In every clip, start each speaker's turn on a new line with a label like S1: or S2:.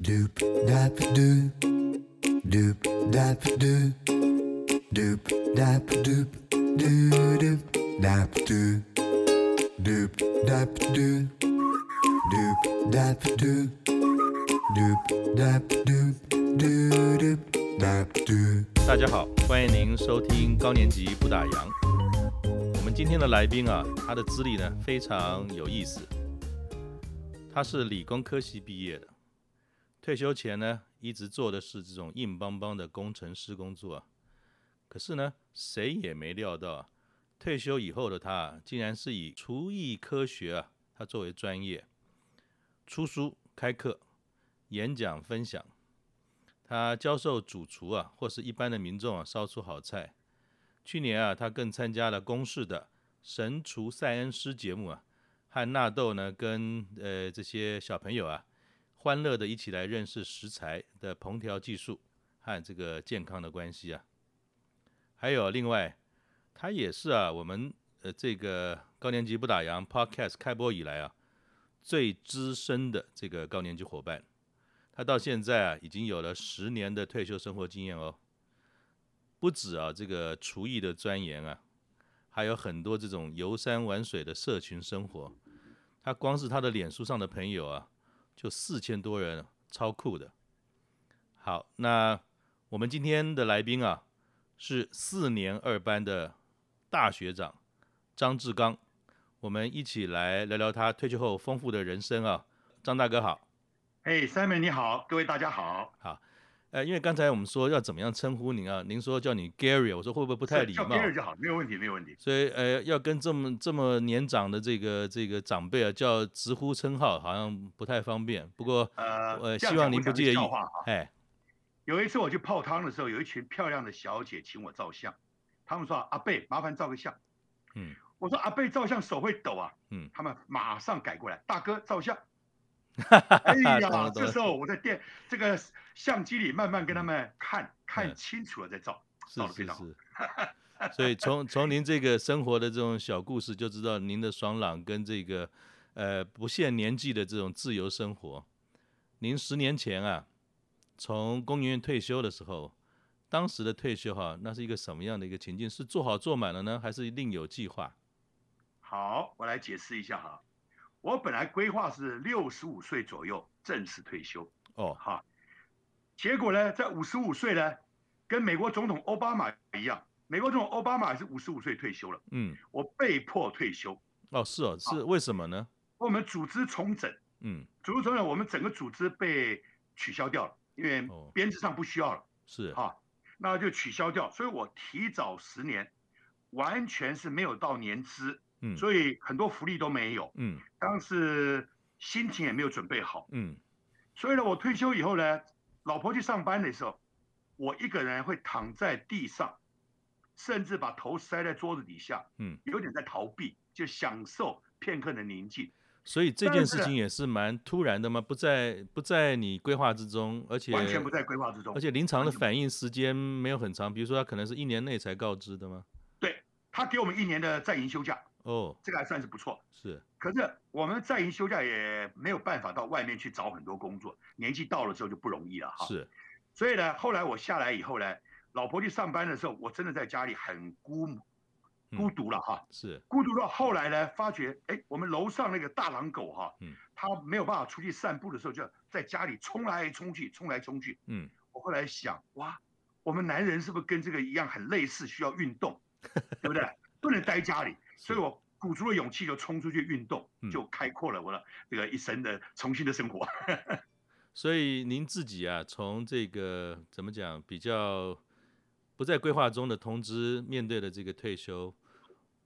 S1: Doop dap doop, doop dap doop, doop dap doop, doo doop dap doop, doop dap doop, doop dap doop, doop dap doop, doo doop dap doop.
S2: 大家好，欢迎您收听高年级不打烊。我们今天的来宾啊，他的资历呢非常有意思。他是理工科系毕业的，退休前呢一直做的是这种硬邦邦的工程师工作啊。可是呢，谁也没料到啊，退休以后的他啊竟然是以厨艺科学啊，他作为专业，出书、开课、演讲、分享。他教授主厨啊或是一般的民众啊烧出好菜。去年啊，他更参加了公视的神厨赛恩师节目啊，和纳豆呢跟呃这些小朋友啊，欢乐的一起来认识食材的烹调技术和这个健康的关系啊。还有另外，他也是啊，我们呃这个高年级不打烊 Podcast 开播以来啊，最资深的这个高年级伙伴。他到现在啊，已经有了十年的退休生活经验哦。不止啊，这个厨艺的钻研啊，还有很多这种游山玩水的社群生活。他光是他的脸书上的朋友啊，就四千多人，超酷的。好，那我们今天的来宾啊，是四年二班的大学长张志刚，我们一起来聊聊他退休后丰富的人生啊。张大哥好。
S3: 哎，Simon 你好，各位大家好。
S2: 呃，因为刚才我们说要怎么样称呼您啊，您说叫你 Gary，我说会不会不太
S3: 叫
S2: 礼
S3: 叫
S2: 貌？
S3: Gary 就好，没有问题，没有问题。
S2: 所以呃，要跟这么这么年长的这个这个长辈啊，叫直呼称号，好像不太方便。不过
S3: 呃，
S2: 呃
S3: 这
S2: 希
S3: 样讲
S2: 望
S3: 我
S2: 您不
S3: 讲个
S2: 介意
S3: 笑话啊
S2: 哎，
S3: 有一次我去泡汤的时候，有一群漂亮的小姐请我照相，她们说阿贝麻烦照个相。
S2: 嗯，
S3: 我说阿贝照相手会抖啊。
S2: 嗯
S3: 她们马上改过来，大哥照相。
S2: 哎
S3: 哎
S2: 懂
S3: 呀
S2: 了，懂
S3: 这
S2: 了
S3: 时，候我在电这个相机里慢慢跟他们看
S2: 嗯
S3: 看清楚了再照。
S2: 是
S3: 到了
S2: 是
S3: 非常
S2: 是。所以从从您这个生活的这种小故事，就知道您的爽朗跟这个呃不限年纪的这种自由生活。您十年前啊，从公务员退休的时候，当时的退休哈、那是一个什么样的一个情境？是做好做满了呢，还是另有计划？
S3: 好，我来解释一下哈。我本来规划是六十五岁左右正式退休。
S2: 哦，
S3: 哈。结果呢，在五十五岁呢，跟美国总统奥巴马一样，美国总统奥巴马是五十五岁退休了，
S2: 嗯，
S3: 我被迫退休。
S2: 哦，是哦，是为什么呢？
S3: 我们组织重整，
S2: 嗯，
S3: 组织重整，我们整个组织被取消掉了，因为
S2: 哦
S3: 编制上不需要了，
S2: 是，
S3: 哈、那就取消掉。所以我提早十年，完全是没有到年资，
S2: 嗯
S3: 所以很多福利都没有，
S2: 嗯
S3: 当时心情也没有准备好。
S2: 嗯，
S3: 所以呢，我退休以后呢，老婆去上班的时候，我一个人会躺在地上，甚至把头塞在桌子底下，
S2: 嗯，
S3: 有点在逃避，就享受片刻的宁静，
S2: 所以这
S3: 但
S2: 件
S3: 是
S2: 事情也是蛮突然的嘛，不在不在你规划之中，而且
S3: 完全不在规划之中
S2: 而。且临床的
S3: 完全不
S2: 反应时间没有很长，比如说他可能是一年内才告知的吗？
S3: 他给我们一年的在营休假，
S2: 哦，
S3: 这个还算是不错。
S2: 是，
S3: 可是我们在营休假也没有办法到外面去找很多工作，年纪到了之后就不容易了哈。。
S2: 是，
S3: 所以呢，后来我下来以后呢，老婆去上班的时候，我真的在家里很孤
S2: 嗯
S3: 孤独了哈。
S2: 是，
S3: 孤独到后来呢，发觉哎，我们楼上那个大狼狗哈、
S2: 嗯
S3: 它没有办法出去散步的时候，就在家里冲来冲去，冲来冲去。
S2: 嗯，
S3: 我后来想，哇，我们男人是不是跟这个一样很类似，需要运 动，对不对？不能待家里，所以我鼓足了勇气就冲出去运动
S2: 嗯，
S3: 就开阔了我的这个一生的重新的生活。
S2: 所以您自己啊，从这个怎么讲，比较不在规划中的通知，面对了这个退休，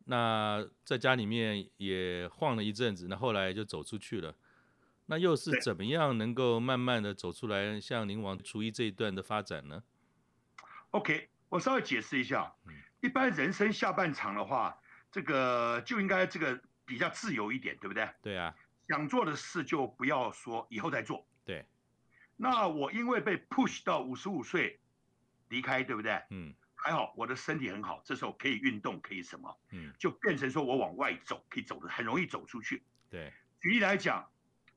S2: 那在家里面也晃了一阵子，那后来就走出去了。那又是
S3: 对
S2: 怎么样能够慢慢的走出来，像您往厨艺这一段的发展呢？
S3: OK，我稍微解释一下
S2: 嗯，
S3: 一般人生下半场的话，这个就应该这个比较自由一点，对不对？
S2: 对啊，
S3: 想做的事就不要说以后再做。
S2: 对，
S3: 那我因为被 push 到五十五岁离开，对不对？
S2: 嗯
S3: 还好我的身体很好，这时候可以运动，可以什么，
S2: 嗯，
S3: 就变成说我往外走，可以走的很容易走出去。
S2: 对，
S3: 举例来讲，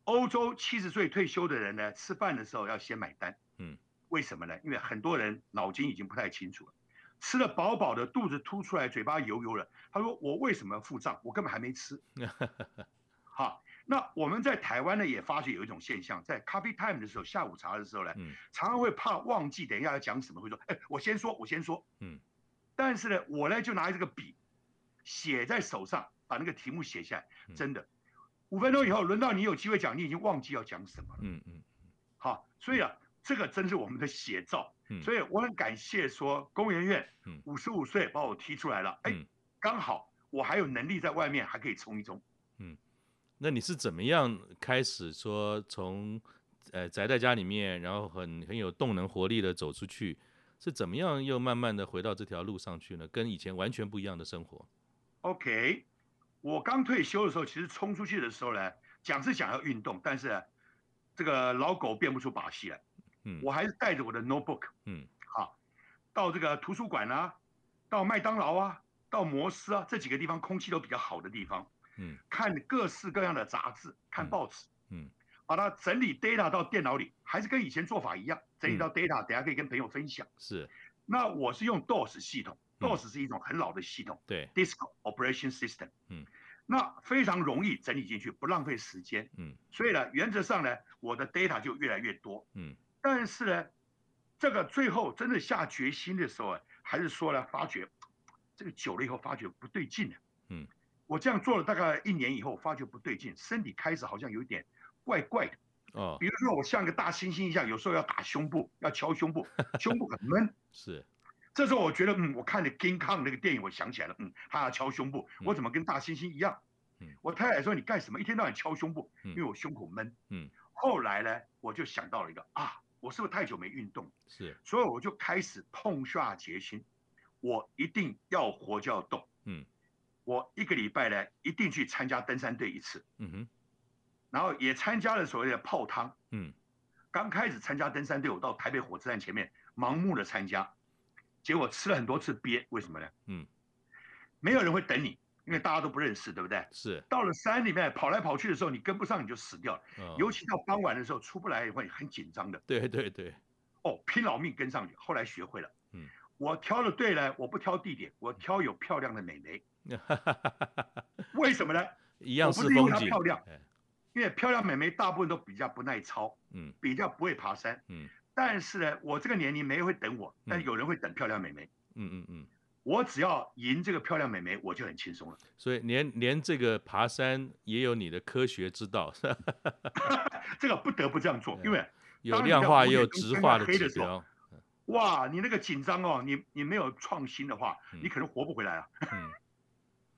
S3: 欧洲七十岁退休的人呢，吃饭的时候要先买单。
S2: 嗯，
S3: 为什么呢？因为很多人脑筋已经不太清楚了，吃了饱饱的，肚子凸出来，嘴巴油油了。他说：“我为什么要付账？我根本还没吃。”好，那我们在台湾呢也发觉有一种现象，在 coffee time 的时候，下午茶的时候呢，
S2: 嗯
S3: 常常会怕忘记等一下要讲什么，会说：“哎，我先说，我先说。”
S2: 嗯，
S3: 但是呢，我呢就拿这个笔写在手上，把那个题目写下来
S2: 嗯。
S3: 真的，五分钟以后轮到你有机会讲，你已经忘记要讲什么了。
S2: 嗯嗯
S3: 好，所以啊，这个真是我们的写照。
S2: 嗯
S3: 所以我很感谢说工研院
S2: 嗯
S3: 五十五岁把我踢出来了，哎、
S2: 嗯
S3: 刚好我还有能力在外面还可以冲一冲。
S2: 那你是怎么样开始说从呃宅在家里面，然后很很有动能活力的走出去，是怎么样又慢慢的回到这条路上去呢？跟以前完全不一样的生活。
S3: OK，我刚退休的时候，其实冲出去的时候呢，讲是想要运动，但是呢这个老狗变不出把戏来，
S2: 嗯
S3: 我还是带着我的 notebook，
S2: 嗯，
S3: 好，到这个图书馆啊，到麦当劳啊，到摩斯啊，这几个地方空气都比较好的地方，
S2: 嗯，
S3: 看各式各样的杂志，看
S2: 嗯
S3: 报纸，
S2: 嗯
S3: 把它整理 data 到电脑里，还是跟以前做法一样，整
S2: 嗯
S3: 理到 data，等下可以跟朋友分享。
S2: 是
S3: 那我是用 DOS 系统
S2: 嗯
S3: ，DOS 是一种很老的系统。
S2: 对，
S3: Disco Operation System，
S2: 嗯，
S3: 那非常容易整理进去，不浪费时间，
S2: 嗯
S3: 所以呢，原则上呢，我的 data 就越来越多，
S2: 嗯
S3: 但是呢，这个最后真的下决心的时候啊，还是说呢，发觉这个久了以后发觉不对劲了，啊
S2: 嗯，
S3: 我这样做了大概一年以后，发觉不对劲，身体开始好像有一点怪怪的，
S2: 哦
S3: 比如说我像个大猩猩一样，有时候要打胸部，要敲胸 部，胸部很闷，
S2: 是
S3: 这时候我觉得，嗯，我看了《King Kong》那个电影，我想起来了，嗯，他要敲胸部，
S2: 嗯
S3: 我怎么跟大猩猩一样？
S2: 嗯
S3: 我太太说你干什么？一天到晚敲胸部，
S2: 嗯
S3: 因为我胸口闷。
S2: 嗯，
S3: 后来呢，我就想到了一个啊，我是不是太久没运动？
S2: 是
S3: 所以我就开始痛下决心，我一定要活就要动。
S2: 嗯，
S3: 我一个礼拜呢，一定去参加登山队一次，
S2: 嗯哼
S3: 然后也参加了所谓的泡汤。
S2: 嗯
S3: 刚开始参加登山队，我到台北火车站前面盲目的参加，结果吃了很多次鳖，为什么呢？
S2: 嗯，
S3: 没有人会等你，因为大家都不认识，对不对？
S2: 是
S3: 到了山里面跑来跑去的时候，你跟不上你就死掉了，
S2: 哦
S3: 尤其到傍晚的时候出不来也会很紧张的。
S2: 对对 对
S3: 哦，拼老命跟上去，后来学会了。
S2: 嗯，
S3: 我挑的队呢，我不挑地点，我挑有漂亮的美眉。为什么呢？
S2: 一样
S3: 我不
S2: 是
S3: 是因为
S2: 风
S3: 它
S2: 景，
S3: 漂亮
S2: 哎
S3: 因为漂亮美眉大部分都比较不耐操，
S2: 嗯
S3: 比较不会爬山。
S2: 嗯
S3: 但是呢，我这个年龄没人会等我，但
S2: 嗯
S3: 是有人会等漂亮美眉。
S2: 嗯嗯嗯，
S3: 我只要赢这个漂亮美眉，我就很轻松了。
S2: 所以连连这个爬山也有你的科学之道，是吧
S3: 这个不得不这样
S2: 嗯
S3: 做，因为
S2: 有
S3: 当你
S2: 量
S3: 在
S2: 化
S3: 五
S2: 也
S3: 点
S2: 有
S3: 钟
S2: 直
S3: 天
S2: 化
S3: 快
S2: 的
S3: 黑
S2: 指
S3: 的时候
S2: 标，
S3: 哇，你那个紧张哦，你你没有创新的话，
S2: 嗯
S3: 你可能活不回来了，啊
S2: 嗯。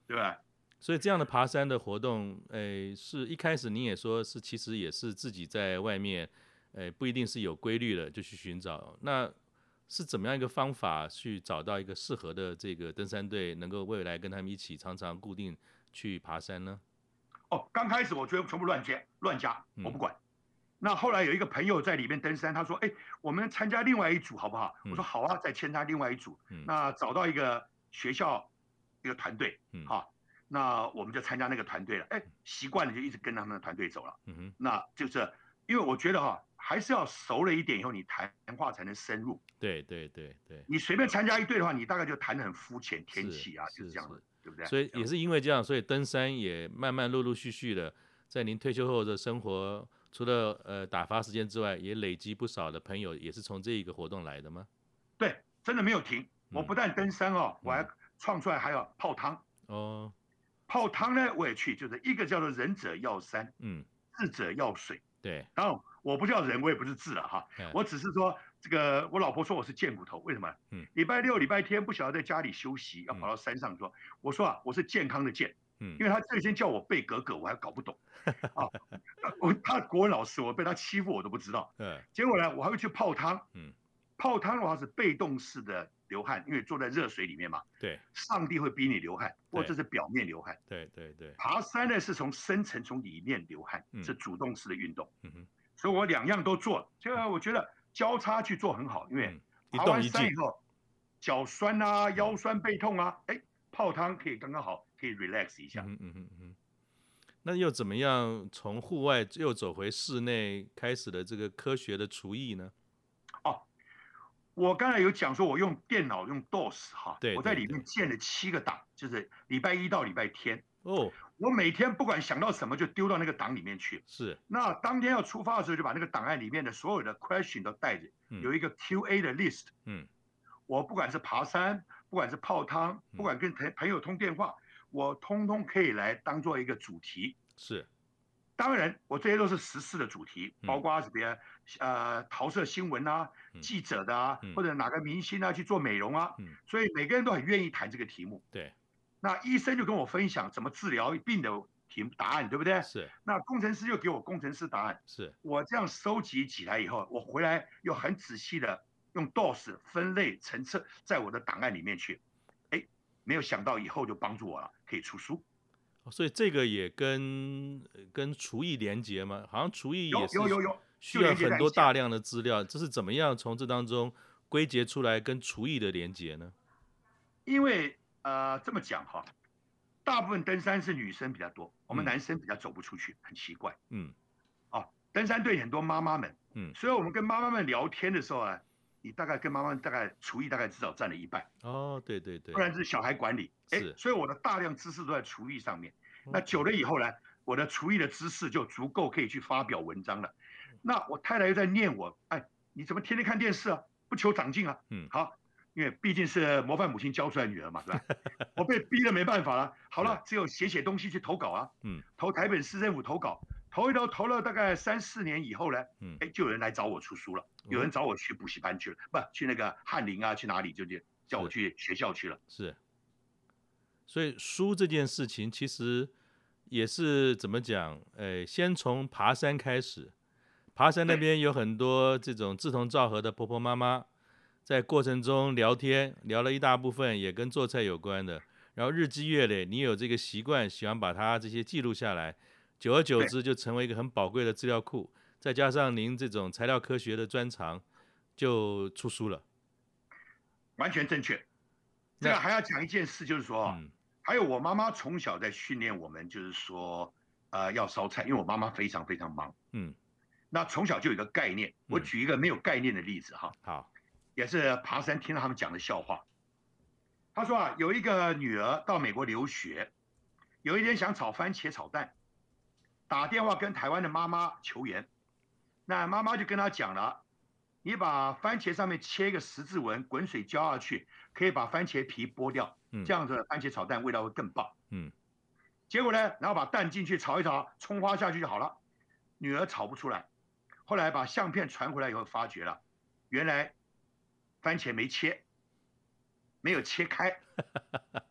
S3: 对吧？
S2: 所以这样的爬山的活动，诶、是一开始你也说是，其实也是自己在外面，诶、不一定是有规律的就去寻找。那是怎么样一个方法去找到一个适合的这个登山队，能够未来跟他们一起常常固定去爬山呢？
S3: 哦，刚开始我觉得全部乱接乱加，
S2: 嗯
S3: 我不管。那后来有一个朋友在里面登山，他说：“哎，我们参加另外一组好不好？”
S2: 嗯
S3: 我说：“好啊，再参加另外一组。
S2: 嗯
S3: 那找到一个学校一个团队，
S2: 嗯
S3: 好、那我们就参加那个团队了。哎，习惯了就一直跟他们的团队走了。
S2: 嗯哼，
S3: 那就是因为我觉得哈、还是要熟了一点以后，你谈话才能深入。
S2: 对对对对，
S3: 你随便参加一队的话，你大概就谈得很肤浅，天
S2: 是
S3: 气啊，就是这样
S2: 是
S3: 的，对不对？
S2: 所以
S3: 这
S2: 也
S3: 样
S2: 是因为这样，所以登山也慢慢陆陆续续的，在您退休后的生活，除了呃打发时间之外，也累积不少的朋友，也是从这一个活动来的吗？
S3: 对，真的没有停。我
S2: 嗯
S3: 不但登山哦，我还
S2: 嗯
S3: 创出来还有泡汤。
S2: 哦，
S3: 泡汤呢，我也去，就是一个叫做仁者要山，
S2: 嗯，
S3: 智者要水。
S2: 对，
S3: 当然，我不叫人，我也不是智了哈，
S2: 哎
S3: 我只是说这个，我老婆说我是贱骨头，为什么？
S2: 嗯，
S3: 礼拜六、礼拜天不晓得在家里休息，要
S2: 嗯
S3: 跑到山上说，我说啊，我是健康的健，
S2: 嗯
S3: 因为他最先叫我背格格，我还搞 不懂啊，我他国文老师，我被他欺负我都不知道。
S2: 呃，
S3: 结果呢，我还会去泡汤。
S2: 嗯，
S3: 泡汤的话是被动式的流汗，因为坐在热水里面嘛，
S2: 对
S3: 上帝会逼你流汗，
S2: 对
S3: 或者是表面流汗。
S2: 对对对，
S3: 爬山呢是从深层从里面流汗
S2: 嗯，
S3: 是主动式的运动，
S2: 嗯哼，
S3: 所以我两样都做了。这个我觉得交叉去做很好，因为
S2: 嗯一
S3: 爬
S2: 动
S3: 完
S2: 一
S3: 山
S2: 静嗯
S3: 以，后，脚酸啊、
S2: 嗯
S3: 腰酸背痛啊，哎，泡汤可以刚刚好，可以 relax 一下。
S2: 嗯哼嗯哼嗯哼。那又怎么样从户外又走回室内开始的这个科学的厨艺呢？
S3: 我刚才有讲说，我用电脑用 DOS 哈，
S2: 对
S3: 我在
S2: 对
S3: 里面建了七个档，就是礼拜一到礼拜天，
S2: 哦，
S3: 我每天不管想到什么就丢到那个档里面去。
S2: 是
S3: 那当天要出发的时候，就把那个档案里面的所有的 question 都带着，
S2: 嗯
S3: 有一个 Q&A 的 list。
S2: 嗯，
S3: 我不管是爬山，不管是泡汤，不管跟朋朋友通电话，我通通可以来当做一个主题。
S2: 是，
S3: 当然，我这些都是时事的主题，
S2: 嗯
S3: 包括什么呀？呃，桃色新闻啊
S2: 嗯，
S3: 记者的啊
S2: 嗯，
S3: 或者哪个明星啊去做美容啊
S2: 嗯，
S3: 所以每个人都很愿意谈这个题目。
S2: 对，
S3: 那医生就跟我分享怎么治疗病的题答案，对不对？
S2: 是
S3: 那工程师就给我工程师答案。
S2: 是，
S3: 我这样收集起来以后，我回来又很仔细的用 DOS 分类层次在我的档案里面去。哎，没有想到以后就帮助我了，可以出书。
S2: 所以这个也跟呃跟厨艺连结吗？好像厨艺
S3: 有
S2: 也是
S3: 有有有，
S2: 需
S3: 就
S2: 要
S3: 连接
S2: 很
S3: 在
S2: 多
S3: 一起
S2: 大量的资料，这是怎么样从这当中归结出来跟厨艺的连结呢？
S3: 因为呃这么讲哈，大部分登山是女生比较多，我们
S2: 嗯
S3: 男生比较走不出去，很奇怪。
S2: 嗯
S3: 登山队很多妈妈们，
S2: 嗯，
S3: 所以我们跟妈妈们聊天的时候啊，你大概跟妈妈大概厨艺大概至少占了一半，
S2: 哦，对对对，
S3: 不然就是小孩管理。哎
S2: 是，
S3: 所以我的大量知识都在厨艺上面。
S2: 哦
S3: 那久了以后呢，我的厨艺的知识就足够可以去发表文章了。
S2: 嗯
S3: 那我太太又在念我，哎，你怎么天天看电视啊？不求长进啊？
S2: 嗯
S3: 好，因为毕竟是模范母亲教出来的女儿嘛，是吧？ 我被逼的没办法了。好了，只有写写东西去投稿啊。
S2: 嗯，
S3: 投台北市政府投稿，投一投，投了大概三四年以后呢，
S2: 嗯
S3: 哎，就有人来找我出书了，有人找我去补习班去了，不去那个翰林啊，去哪里就去叫我
S2: 是
S3: 去学校去了。
S2: 是，所以书这件事情其实也是怎么讲？呃，先从爬山开始，爬山那
S3: 对
S2: 边有很多这种志同道合的婆婆妈妈，在过程中聊天，聊了一大部分也跟做菜有关的。然后日积月累，你有这个习惯，喜欢把它这些记录下来，久而久
S3: 对
S2: 之就成为一个很宝贵的资料库。再加上您这种材料科学的专长，就出书了。
S3: 完全正确。
S2: 那
S3: 这个还要讲一件事，就是说啊，
S2: 嗯，
S3: 还有我妈妈从小在训练我们，就是说，呃，要烧菜，因为我妈妈非常非常忙。
S2: 嗯，
S3: 那从小就有一个概念，我
S2: 嗯
S3: 举一个没有概念的例子哈，
S2: 好，
S3: 也是爬山听到他们讲的笑话。他说啊，有一个女儿到美国留学，有一天想炒番茄炒蛋，打电话跟台湾的妈妈求援，那妈妈就跟他讲了，你把番茄上面切一个十字纹，滚水浇下去，可以把番茄皮剥掉，
S2: 嗯
S3: 这样子番茄炒蛋味道会更棒。
S2: 嗯，
S3: 结果呢，然后把蛋进去炒一炒，葱花下去就好了。女儿炒不出来，后来把相片传回来以后，发觉了，原来番茄没切，没有切开，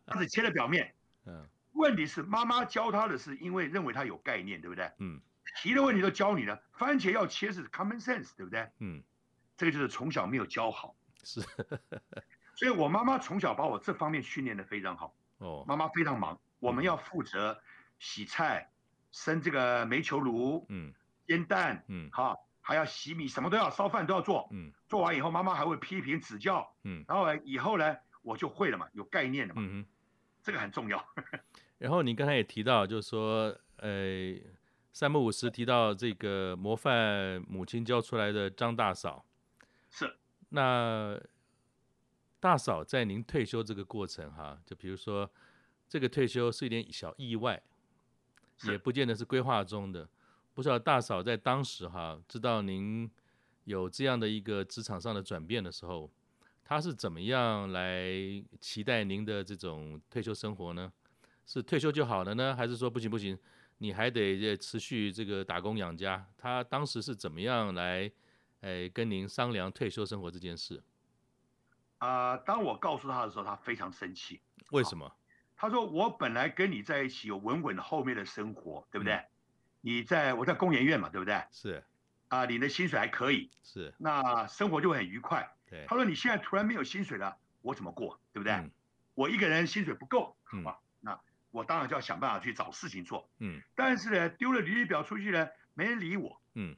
S3: 它只切了表面。
S2: 嗯
S3: 问题是妈妈教他的是因为认为他有概念，对不对？
S2: 嗯
S3: 提的问题都教你了，番茄要切是 common sense，对不对？
S2: 嗯，
S3: 这个就是从小没有教好，
S2: 是
S3: 所以我妈妈从小把我这方面训练得非常好。
S2: 哦，
S3: 妈妈非常忙，我们
S2: 嗯
S3: 要负责洗菜、生这个煤球炉、
S2: 嗯
S3: 煎蛋，
S2: 嗯
S3: 哈、还要洗米，什么都要，烧饭都要做。
S2: 嗯
S3: 做完以后，妈妈还会批评指教，
S2: 嗯
S3: 然后以后呢，我就会了嘛，有概念了嘛，
S2: 嗯哼。
S3: 这个很重要。
S2: 然后你刚才也提到，就是说，呃，三不五十提到这个模范母亲教出来的张大嫂，
S3: 是
S2: 那大嫂在您退休这个过程哈，就比如说这个退休是一点小意外，
S3: 是
S2: 也不见得是规划中的。不知道大嫂在当时哈知道您有这样的一个职场上的转变的时候，她是怎么样来期待您的这种退休生活呢？是退休就好了呢，还是说不行不行，你还得呃持续这个打工养家？她当时是怎么样来哎，跟您商量退休生活这件事，
S3: 啊、当我告诉她的时候，她非常生气。
S2: 为什么？
S3: 她说：“我本来跟你在一起有稳稳后面的生活，对不对？
S2: 嗯
S3: 你在我在工研院嘛，对不对？啊、
S2: 是
S3: 领的薪水还可以，
S2: 是，
S3: 那生活就会很愉快。
S2: 对
S3: 他，说你现在突然没有薪水了，我怎么过，对不对？
S2: 嗯
S3: 我一个人薪水不够，好
S2: 嗯
S3: 吧，那我当然就要想办法去找事情做。
S2: 嗯
S3: 但是呢，丢了履历表出去呢，没人理我，
S2: 嗯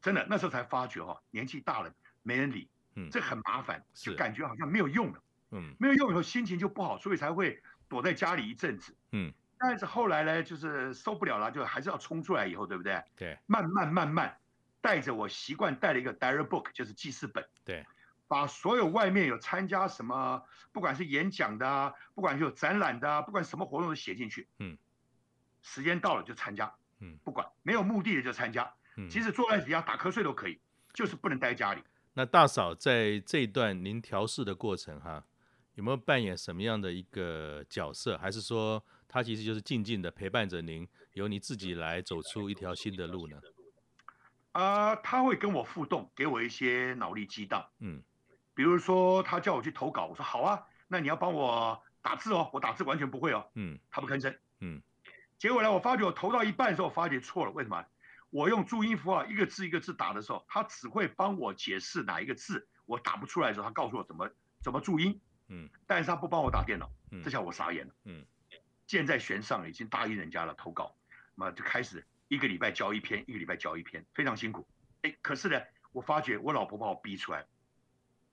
S3: 真的那时候才发觉哈、年纪大了没人理，
S2: 嗯
S3: 这很麻烦，就是感觉好像没有用了，
S2: 嗯
S3: 没有用以后心情就不好，所以才会躲在家里一阵子。
S2: 嗯，
S3: 但是后来呢，就是受不了了，就还是要冲出来以后，对不对？
S2: 对
S3: 慢慢慢慢带着我习惯带了一个 diary book，就是记事本，
S2: 对，
S3: 把所有外面有参加什么，不管是演讲的啊，不管是有展览的啊，不管什么活动都写进去。
S2: 嗯，
S3: 时间到了就参加，
S2: 嗯
S3: 不管没有目的的就参加，
S2: 嗯，
S3: 即使坐在底下打瞌睡都可以，就是不能待家里。
S2: 那大嫂在这一段您调试的过程哈，有没有扮演什么样的一个角色？还是说她其实就是静静的陪伴着您，由你自己来走出一条新的路呢？
S3: 啊、他会跟我互动，给我一些脑力激荡。
S2: 嗯
S3: 比如说他叫我去投稿，我说好啊，那你要帮我打字哦，我打字完全不会哦，
S2: 嗯
S3: 他不吭声。
S2: 嗯，
S3: 结果呢，我发觉我投到一半的时候，发觉错了，为什么？我用注音符号一个字一个字打的时候，他只会帮我解释哪一个字我打不出来的时候，他告诉我怎么怎么注音，
S2: 嗯
S3: 但是他不帮我打电脑，
S2: 嗯，
S3: 这下我傻眼了。
S2: 嗯，
S3: 箭在弦上了，已经答应人家了投稿，那么就开始一个礼拜交一篇，一个礼拜交一篇，非常辛苦。哎，可是呢，我发觉我老婆把我逼出来，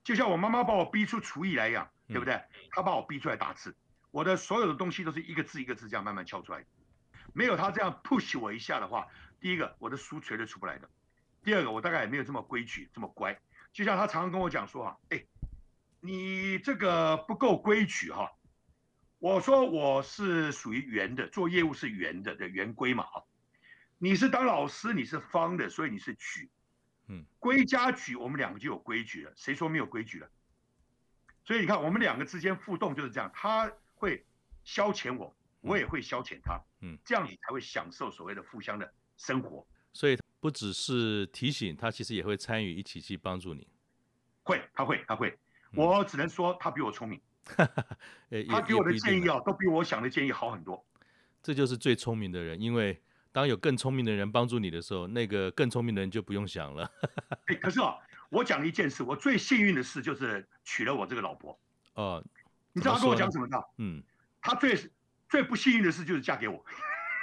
S3: 就像我妈妈把我逼出厨艺来一样，对不
S2: 嗯
S3: 对？她把我逼出来打字，我的所有的东西都是一个字一个字这样慢慢敲出来的。没有她这样 push 我一下的话，第一个我的书绝对出不来的，第二个我大概也没有这么规矩这么乖。就像她常常跟我讲说啊，哎，你这个不够规矩哈、我说我是属于圆的，做业务是圆的的圆规嘛啊。你是当老师，你是方的，所以你是矩。
S2: 嗯，
S3: 规加矩，我们两个就有规矩了。谁说没有规矩了？所以你看，我们两个之间互动就是这样，他会消遣我，我也会消遣他。
S2: 嗯，
S3: 这样你才会享受所谓的互相的生活。
S2: 所以不只是提醒她，其实也会参与一起去帮助你。
S3: 会，他会，他会。
S2: 嗯
S3: 我只能说他比我聪明，
S2: 呃，也
S3: 他给
S2: 也
S3: 我的
S2: 不一定
S3: 建议
S2: 了
S3: 啊，都比我想的建议好很多。
S2: 这就是最聪明的人，因为当有更聪明的人帮助你的时候，那个更聪明的人就不用想了。
S3: 哎，可是啊，我讲一件事，我最幸运的事就是娶了我这个老婆。
S2: 哦，
S3: 你知道他
S2: 怎么
S3: 跟我
S2: 说
S3: 讲
S2: 呢
S3: 什么的？
S2: 嗯，
S3: 他最最不幸运的事就是嫁给我。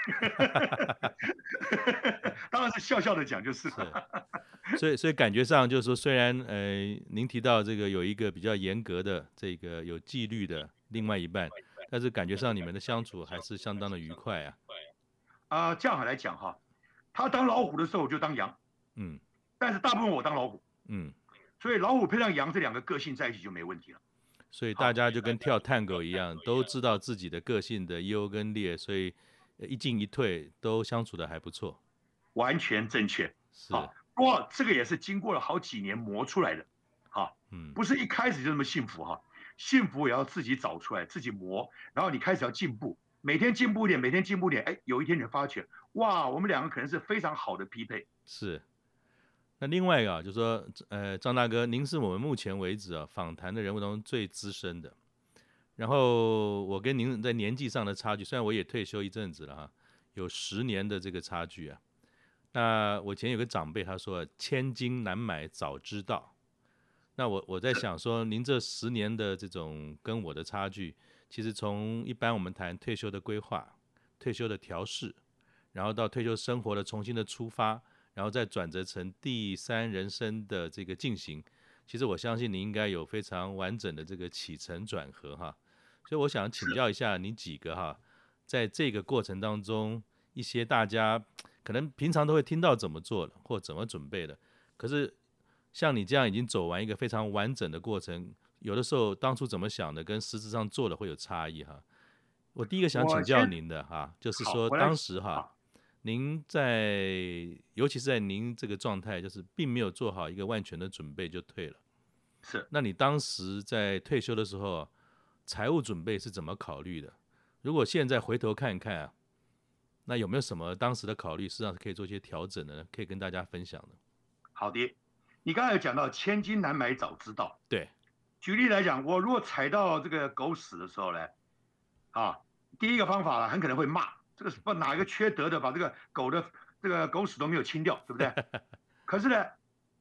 S3: 当然是笑笑的讲就是了。
S2: 是，所以所以感觉上就是说，虽然呃，您提到这个有一个比较严格的这个有纪律的另外一半，但是感觉上你们的相处还是相当的愉快啊。
S3: 啊、这样来讲哈，他当老虎的时候我就当羊，
S2: 嗯
S3: 但是大部分我当老虎，
S2: 嗯，
S3: 所以老虎配上羊这两个个性在一起就没问题了。
S2: 所以大家就跟跳探戈一样，都知道自己的个性的优跟劣，所以呃一进一退都相处的还不错。
S3: 完全正确。
S2: 是，
S3: 好不过这个也是经过了好几年磨出来的，好，
S2: 嗯
S3: 不是一开始就那么幸福哈。幸福也要自己找出来，自己磨，然后你开始要进步，每天进步一点，每天进步一点，哎，有一天你会发觉，哇，我们两个可能是非常好的匹配。
S2: 是。那另外一个啊，就是说，呃，张大哥，您是我们目前为止啊访谈的人物当中最资深的。然后我跟您在年纪上的差距，虽然我也退休一阵子了哈，有十年的这个差距啊。那我以前有个长辈他说：“千金难买早知道。”那我我在想说，您这十年的这种跟我的差距，其实从一般我们谈退休的规划、退休的调试，然后到退休生活的重新的出发，然后再转折成第三人生的这个进行。其实我相信你应该有非常完整的这个起承转合哈，所以我想请教一下你几个哈，在这个过程当中，一些大家可能平常都会听到怎么做的或怎么准备的，可是像你这样已经走完一个非常完整的过程，有的时候当初怎么想的跟实质上做的会有差异哈。我第一个想
S3: 我
S2: 请教
S3: 先
S2: 您的哈，就是
S3: 好
S2: 说
S3: 我来
S2: 当时哈
S3: 好，
S2: 您在，尤其是在您这个状态，就是并没有做好一个万全的准备就退了。
S3: 是
S2: 那你当时在退休的时候，啊财务准备是怎么考虑的？如果现在回头看看啊，那有没有什么当时的考虑，实际上是可以做一些调整的呢？可以跟大家分享的。
S3: 好的。你刚才有讲到千金难买早知道，
S2: 对，
S3: 举例来讲，我如果踩到这个狗屎的时候呢，啊，第一个方法呢，很可能会骂这个是不哪一个缺德的把这个狗的这个狗屎都没有清掉，对不对？可是呢，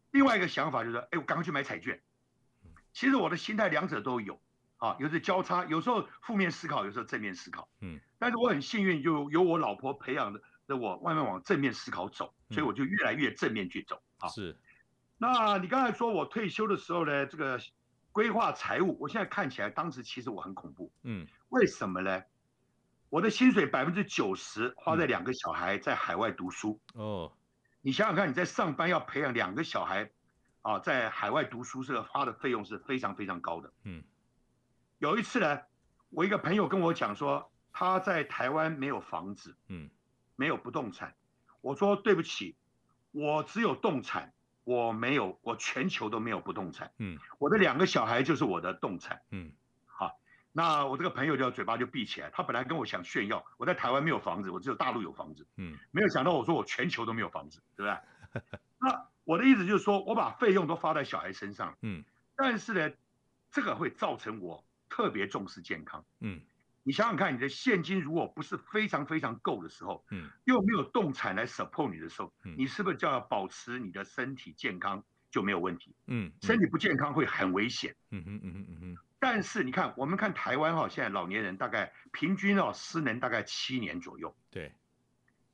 S3: 另外一个想法就是，哎，我赶快去买彩券。其实我的心态两者都有，啊，有时交叉，有时候负面思考，有时候正面思考。
S2: 嗯，
S3: 但是我很幸运，有有我老婆培养的，我慢慢往正面思考走，所以
S2: 嗯
S3: 我就越来越正面去走。啊，
S2: 是，
S3: 那你刚才说我退休的时候呢，这个规划财务，我现在看起来当时其实我很恐怖，
S2: 嗯
S3: 为什么呢？我的薪水百分之九十花在两个小孩在海外读书。
S2: 哦，
S3: 你想想看，你在上班要培养两个小孩，啊，在海外读书是花的费用是非常非常高的。
S2: 嗯，
S3: 有一次呢，我一个朋友跟我讲说，他在台湾没有房子，
S2: 嗯，
S3: 没有不动产。我说对不起，我只有动产，我没有，我全球都没有不动产。
S2: 嗯，
S3: 我的两个小孩就是我的动产。
S2: 嗯，
S3: 那我这个朋友就嘴巴就闭起来，他本来跟我想炫耀，我在台湾没有房子，我只有大陆有房子。
S2: 嗯，
S3: 没有想到我说我全球都没有房子，对 不对？那我的意思就是说，我把费用都花在小孩身上，
S2: 嗯，
S3: 但是呢，这个会造成我特别重视健康。
S2: 嗯，
S3: 你想想看，你的现金如果不是非常非常够的时候，
S2: 嗯，
S3: 又没有动产来 support 你的时候，
S2: 嗯
S3: 你是不是就要保持你的身体健康就没有问题？
S2: 嗯，
S3: 身体不健康会很危险。
S2: 嗯哼，嗯哼，嗯哼，
S3: 但是你看，我们看台湾哈、现在老年人大概平均哦失能大概七年左右，
S2: 对，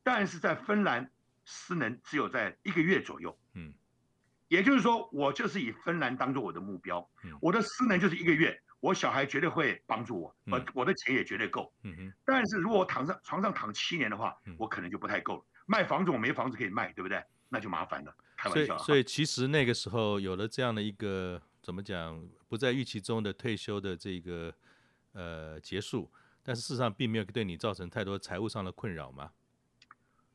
S3: 但是在芬兰失能只有在一个月左右。
S2: 嗯，
S3: 也就是说，我就是以芬兰当做我的目标
S2: 嗯，
S3: 我的失能就是一个月，我小孩绝对会帮助我，
S2: 嗯
S3: 我我的钱也绝对够。
S2: 嗯哼，
S3: 但是如果我躺上床上躺七年的话
S2: 嗯，
S3: 我可能就不太够了。卖房子我没房子可以卖，对不对？那就麻烦了。开
S2: 所
S3: 玩
S2: 以
S3: 笑啊，
S2: 所以其实那个时候有了这样的一个怎么讲，不在预期中的退休的这个呃结束，但是事实上并没有对你造成太多财务上的困扰嘛。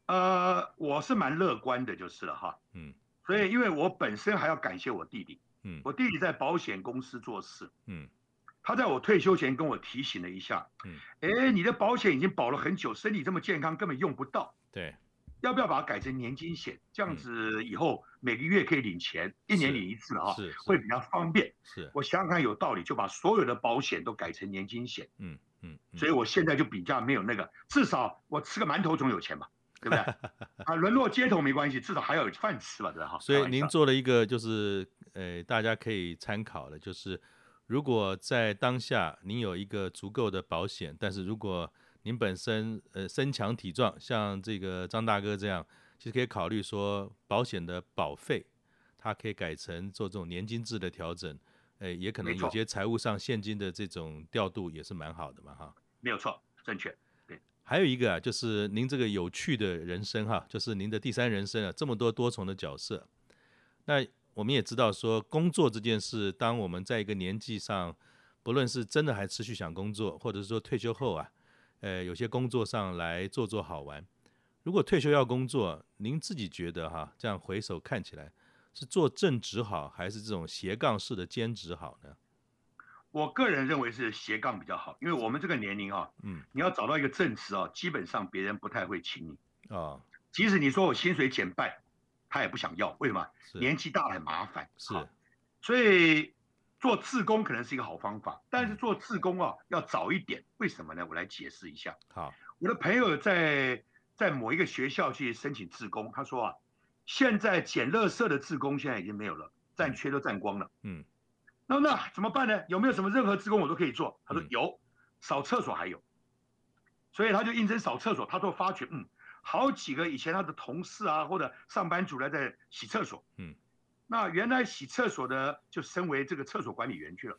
S3: 呃，我是蛮乐观的，就是了哈。
S2: 嗯
S3: 所以，因为我本身还要感谢我弟弟，
S2: 嗯
S3: 我弟弟在保险公司做事，
S2: 嗯
S3: 他在我退休前跟我提醒了一下，
S2: 嗯，
S3: 哎，你的保险已经保了很久，身体这么健康根本用不到，
S2: 对，
S3: 要不要把它改成年金险？这样
S2: 嗯
S3: 子以后每个月可以领钱，一年
S2: 是
S3: 领一次啊，
S2: 是
S3: 会
S2: 是
S3: 比较方便。
S2: 是，
S3: 我想想看，有道理，就把所有的保险都改成年金险，
S2: 嗯嗯，嗯
S3: 所以我现在就比较没有那个，至少我吃个馒头总有钱吧，对 不对？啊，沦落街头没关系，至少还有饭吃吧，对吧？哈
S2: 所
S3: 开
S2: 以
S3: 玩
S2: 您
S3: 笑
S2: 做了一个就是呃，大家可以参考的，就是如果在当下您有一个足够的保险，但是如果您本身呃身强体壮，像这个张大哥这样，其实可以考虑说保险的保费，它可以改成做这种年金制的调整，呃，也可
S3: 没
S2: 能有
S3: 错
S2: 些财务上现金的这种调度也是蛮好的嘛哈。
S3: 没有错，正确。
S2: 还有一个啊，就是您这个有趣的人生哈、就是您的第三人生啊，这么多多重的角色。那我们也知道说，工作这件事，当我们在一个年纪上，不论是真的还持续想工作，或者是说退休后啊，呃，有些工作上来做做好玩。如果退休要工作，您自己觉得哈、这样回首看起来是做正职好，还是这种斜杠式的兼职好呢？
S3: 我个人认为是斜杠比较好，因为我们这个年龄啊，
S2: 嗯，
S3: 你要找到一个正职啊，基本上别人不太会请你。
S2: 哦，
S3: 即使你说我薪水减半，他也不想要，为什么？
S2: 是
S3: 年纪大很麻烦。
S2: 是，
S3: 好所以做自工可能是一个好方法，但是
S2: 嗯
S3: 做自工啊要早一点，为什么呢？我来解释一下。
S2: 好，
S3: 我的朋友在在某一个学校去申请自工，他说啊，现在捡垃圾的自工现在已经没有了，占缺都占光了。
S2: 嗯
S3: 那那怎么办呢？有没有什么任何职工我都可以做？他说
S2: 嗯
S3: 有，扫厕所还有，所以他就应征扫厕所，他都发觉，嗯，好几个以前他的同事啊或者上班族来在洗厕所，
S2: 嗯，
S3: 那原来洗厕所的就升为这个厕所管理员去了。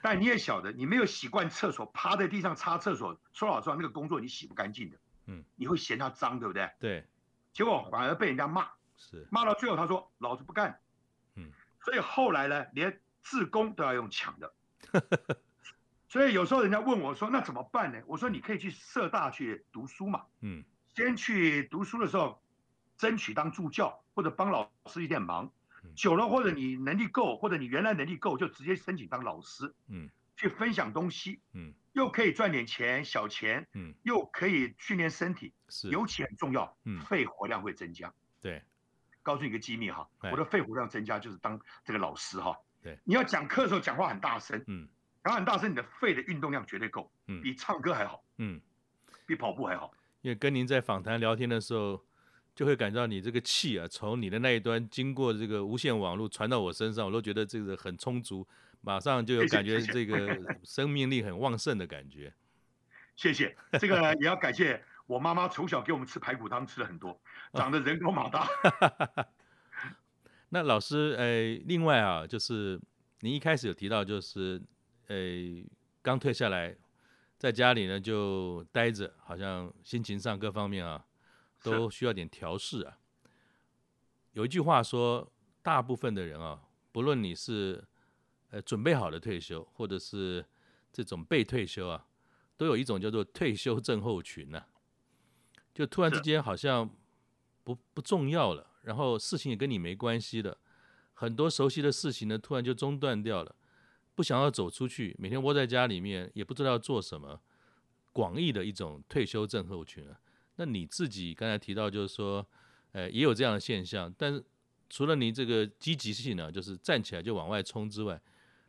S3: 但你也晓得，你没有洗惯厕所，趴在地上擦厕所，说老实话，那个工作你洗不干净的，
S2: 嗯，
S3: 你会嫌它脏，对不对？
S2: 对，
S3: 结果反而被人家骂，
S2: 是，
S3: 骂到最后，他说：“老子不干。”
S2: 嗯，
S3: 所以后来呢，连自工都要用 抢的。所以有时候人家问我说：“那怎么办呢？”我说：“你可以去社大去读书嘛，
S2: 嗯
S3: 先去读书的时候，争取当助教或者帮老师一点忙
S2: 嗯。
S3: 久了，或者你能力够，或者你原来能力够，就直接申请当老师，
S2: 嗯
S3: 去分享东西，
S2: 嗯
S3: 又可以赚点钱小钱，
S2: 嗯，
S3: 又可以训练身体，
S2: 是，
S3: 尤其很重要
S2: 嗯，
S3: 肺活量会增加。
S2: 对，
S3: 告诉你一个机密哈，
S2: 哎
S3: 我的肺活量增加就是当这个老师哈。
S2: 对，
S3: 你要讲课的时候讲话很大声，
S2: 嗯
S3: 讲话很大声，你的肺的运动量绝对够，
S2: 嗯
S3: 比唱歌还好，
S2: 嗯，
S3: 比跑步还好。
S2: 因为跟您在访谈聊天的时候，就会感觉到你这个气啊，从你的那一端经过这个无线网络传到我身上，我都觉得这个很充足，马上就有
S3: 谢谢
S2: 感觉
S3: 谢谢
S2: 这个生命力很旺盛的感觉。
S3: 谢谢，这个也要感谢我妈妈，从小给我们吃排骨汤吃了很多，
S2: 啊
S3: 长得人高马大。
S2: 那老师，呃，另外啊，就是您一开始有提到，就是呃，刚退下来，在家里呢就待着，好像心情上各方面啊都需要点调试啊。有一句话说，大部分的人啊，不论你是呃准备好的退休，或者是这种被退休啊，都有一种叫做退休症候群呐、就突然之
S3: 是
S2: 间好像不不重要了，然后事情也跟你没关系了，很多熟悉的事情呢突然就中断掉了，不想要走出去，每天窝在家里面也不知道做什么，广义的一种退休症候群啊。那你自己刚才提到就是说，呃，也有这样的现象，但是除了你这个积极性呢、就是站起来就往外冲之外，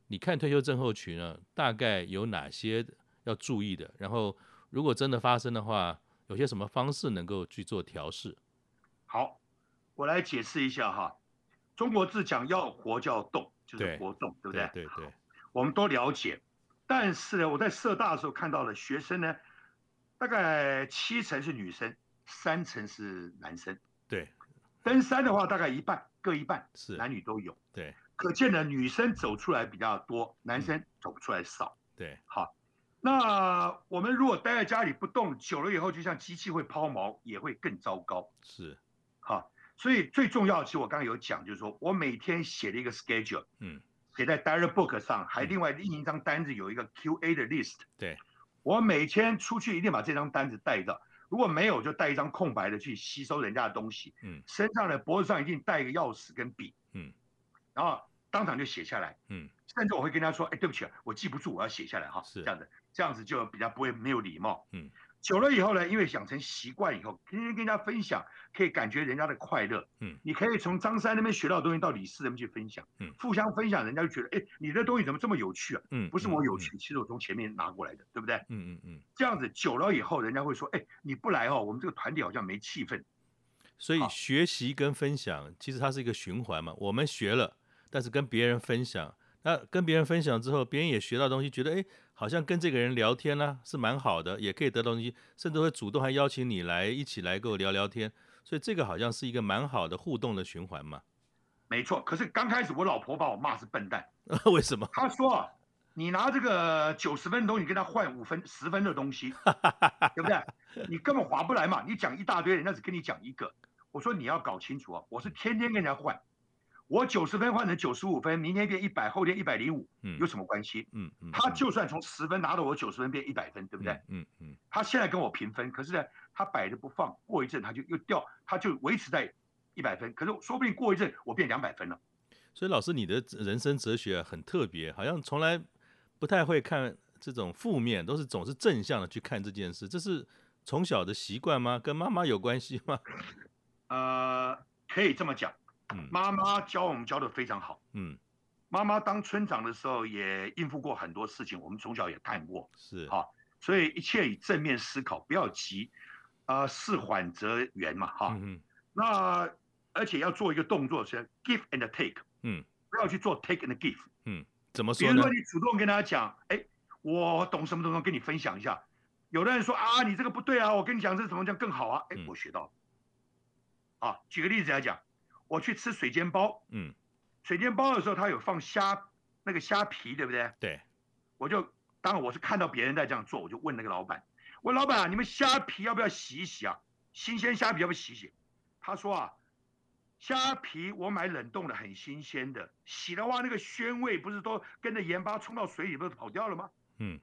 S2: 你看退休症候群呢、大概有哪些要注意的？然后如果真的发生的话，有些什么方式能够去做调试？
S3: 好，我来解释一下哈。中国字讲要活就要动，就是
S2: 对
S3: 活动，对不
S2: 对对对，
S3: 我们都了解。但是呢，我在社大的时候看到了学生呢，大概七成是女生，三成是男生。
S2: 对
S3: 登山的话，大概一半各一半，
S2: 是，
S3: 男女都有。
S2: 对
S3: 可见呢，女生走出来比较多，男生走不出来少。
S2: 对
S3: 那我们如果待在家里不动，久了以后，就像机器会抛锚，也会更糟糕。
S2: 是，
S3: 哈，所以最重要，其实我刚刚有讲，就是说我每天写了一个 schedule，
S2: 嗯
S3: 写在 diary book 上，还
S2: 嗯
S3: 另外另一张单子有一个 Q&A 的 list。
S2: 对，
S3: 我每天出去一定把这张单子带着，如果没有就带一张空白的去吸收人家的东西。
S2: 嗯
S3: 身上的脖子上一定带一个钥匙跟笔。
S2: 嗯，
S3: 然后当场就写下来。
S2: 嗯，
S3: 甚至我会跟他说：“哎，对不起，我记不住，我要写下来哈。”
S2: 是
S3: 这样子，这样子就比较不会没有礼貌。
S2: 嗯，
S3: 久了以后呢，因为养成习惯以后，天天跟人家分享，可以感觉人家的快乐。
S2: 嗯，
S3: 你可以从张三那边学到的东西到李四那边去分享。
S2: 嗯
S3: 互相分享，人家就觉得：“哎，你的东西怎么这么有趣啊？
S2: 嗯，
S3: 不是
S2: 嗯
S3: 我有，趣，其实我从前面拿过来的，对不对？”
S2: 嗯嗯嗯
S3: 这样子久了以后，人家会说：“哎，你不来哦，我们这个团体好像没气氛。
S2: 嗯，所以
S3: 好
S2: 学习跟分享其实它是一个循环嘛，我们学了，但是跟别人分享。那跟别人分享之后，别人也学到东西，觉得哎，诶好像跟这个人聊天啦、是蛮好的，也可以得到东西，甚至会主动还邀请你来一起来跟我聊聊天，所以这个好像是一个蛮好的互动的循环嘛。”
S3: 没错，可是刚开始我老婆把我骂是笨蛋，
S2: 为什么？
S3: 他说啊，你拿这个九十分的东西跟他换五分、十分的 东西，对不对？你根本划不来嘛！你讲一大堆，人家只跟你讲一个。我说你要搞清楚啊，我是天天跟人家换，我九十分换成九十五分，明天变一百，后天一百零五，
S2: 嗯
S3: 有什么关系？
S2: 嗯嗯，
S3: 他
S2: 嗯
S3: 就算从十分拿到我九十分变一百分，对不对？？
S2: 嗯嗯
S3: 他现在跟我平分，可是呢，他摆着不放，过一阵他就又掉，他就维持在一百分，可是说不定过一阵我变两百分了。
S2: 嗯。所以老师，你的人生哲学很特别，好像从来不太会看这种负面，都是总是正向的去看这件事。这是从小的习惯吗？跟妈妈有关系吗？
S3: 呃，可以这么讲，
S2: 嗯
S3: 妈妈教我们教的非常好。
S2: 嗯，
S3: 妈妈当村长的时候也应付过很多事情，我们从小也看过，
S2: 是。
S3: 好所以一切以正面思考，不要急，啊，事缓则圆嘛，哈。
S2: 嗯嗯
S3: 那而且要做一个动作是 give and take，
S2: 嗯，
S3: 不要去做 take and give。
S2: 怎么
S3: 比
S2: 说
S3: 如
S2: 呢
S3: 说？你主动跟他讲，哎，我懂什么东西，跟你分享一下。有的人说啊，你这个不对啊，我跟你讲这怎么讲更好啊，哎
S2: 嗯，
S3: 我学到了。啊，举个例子来讲，我去吃水煎包，
S2: 嗯，
S3: 水煎包的时候它有放虾，那个虾皮，对不对？
S2: 对，
S3: 我就当然我是看到别人在这样做，我就问那个老板，我说老板啊，你们虾皮要不要洗一洗啊？新鲜虾皮要不要洗一洗？他说啊，虾皮我买冷冻的，很新鲜的，洗的话那个鲜味不是都跟着盐巴冲到水里不是跑掉了吗？
S2: 嗯，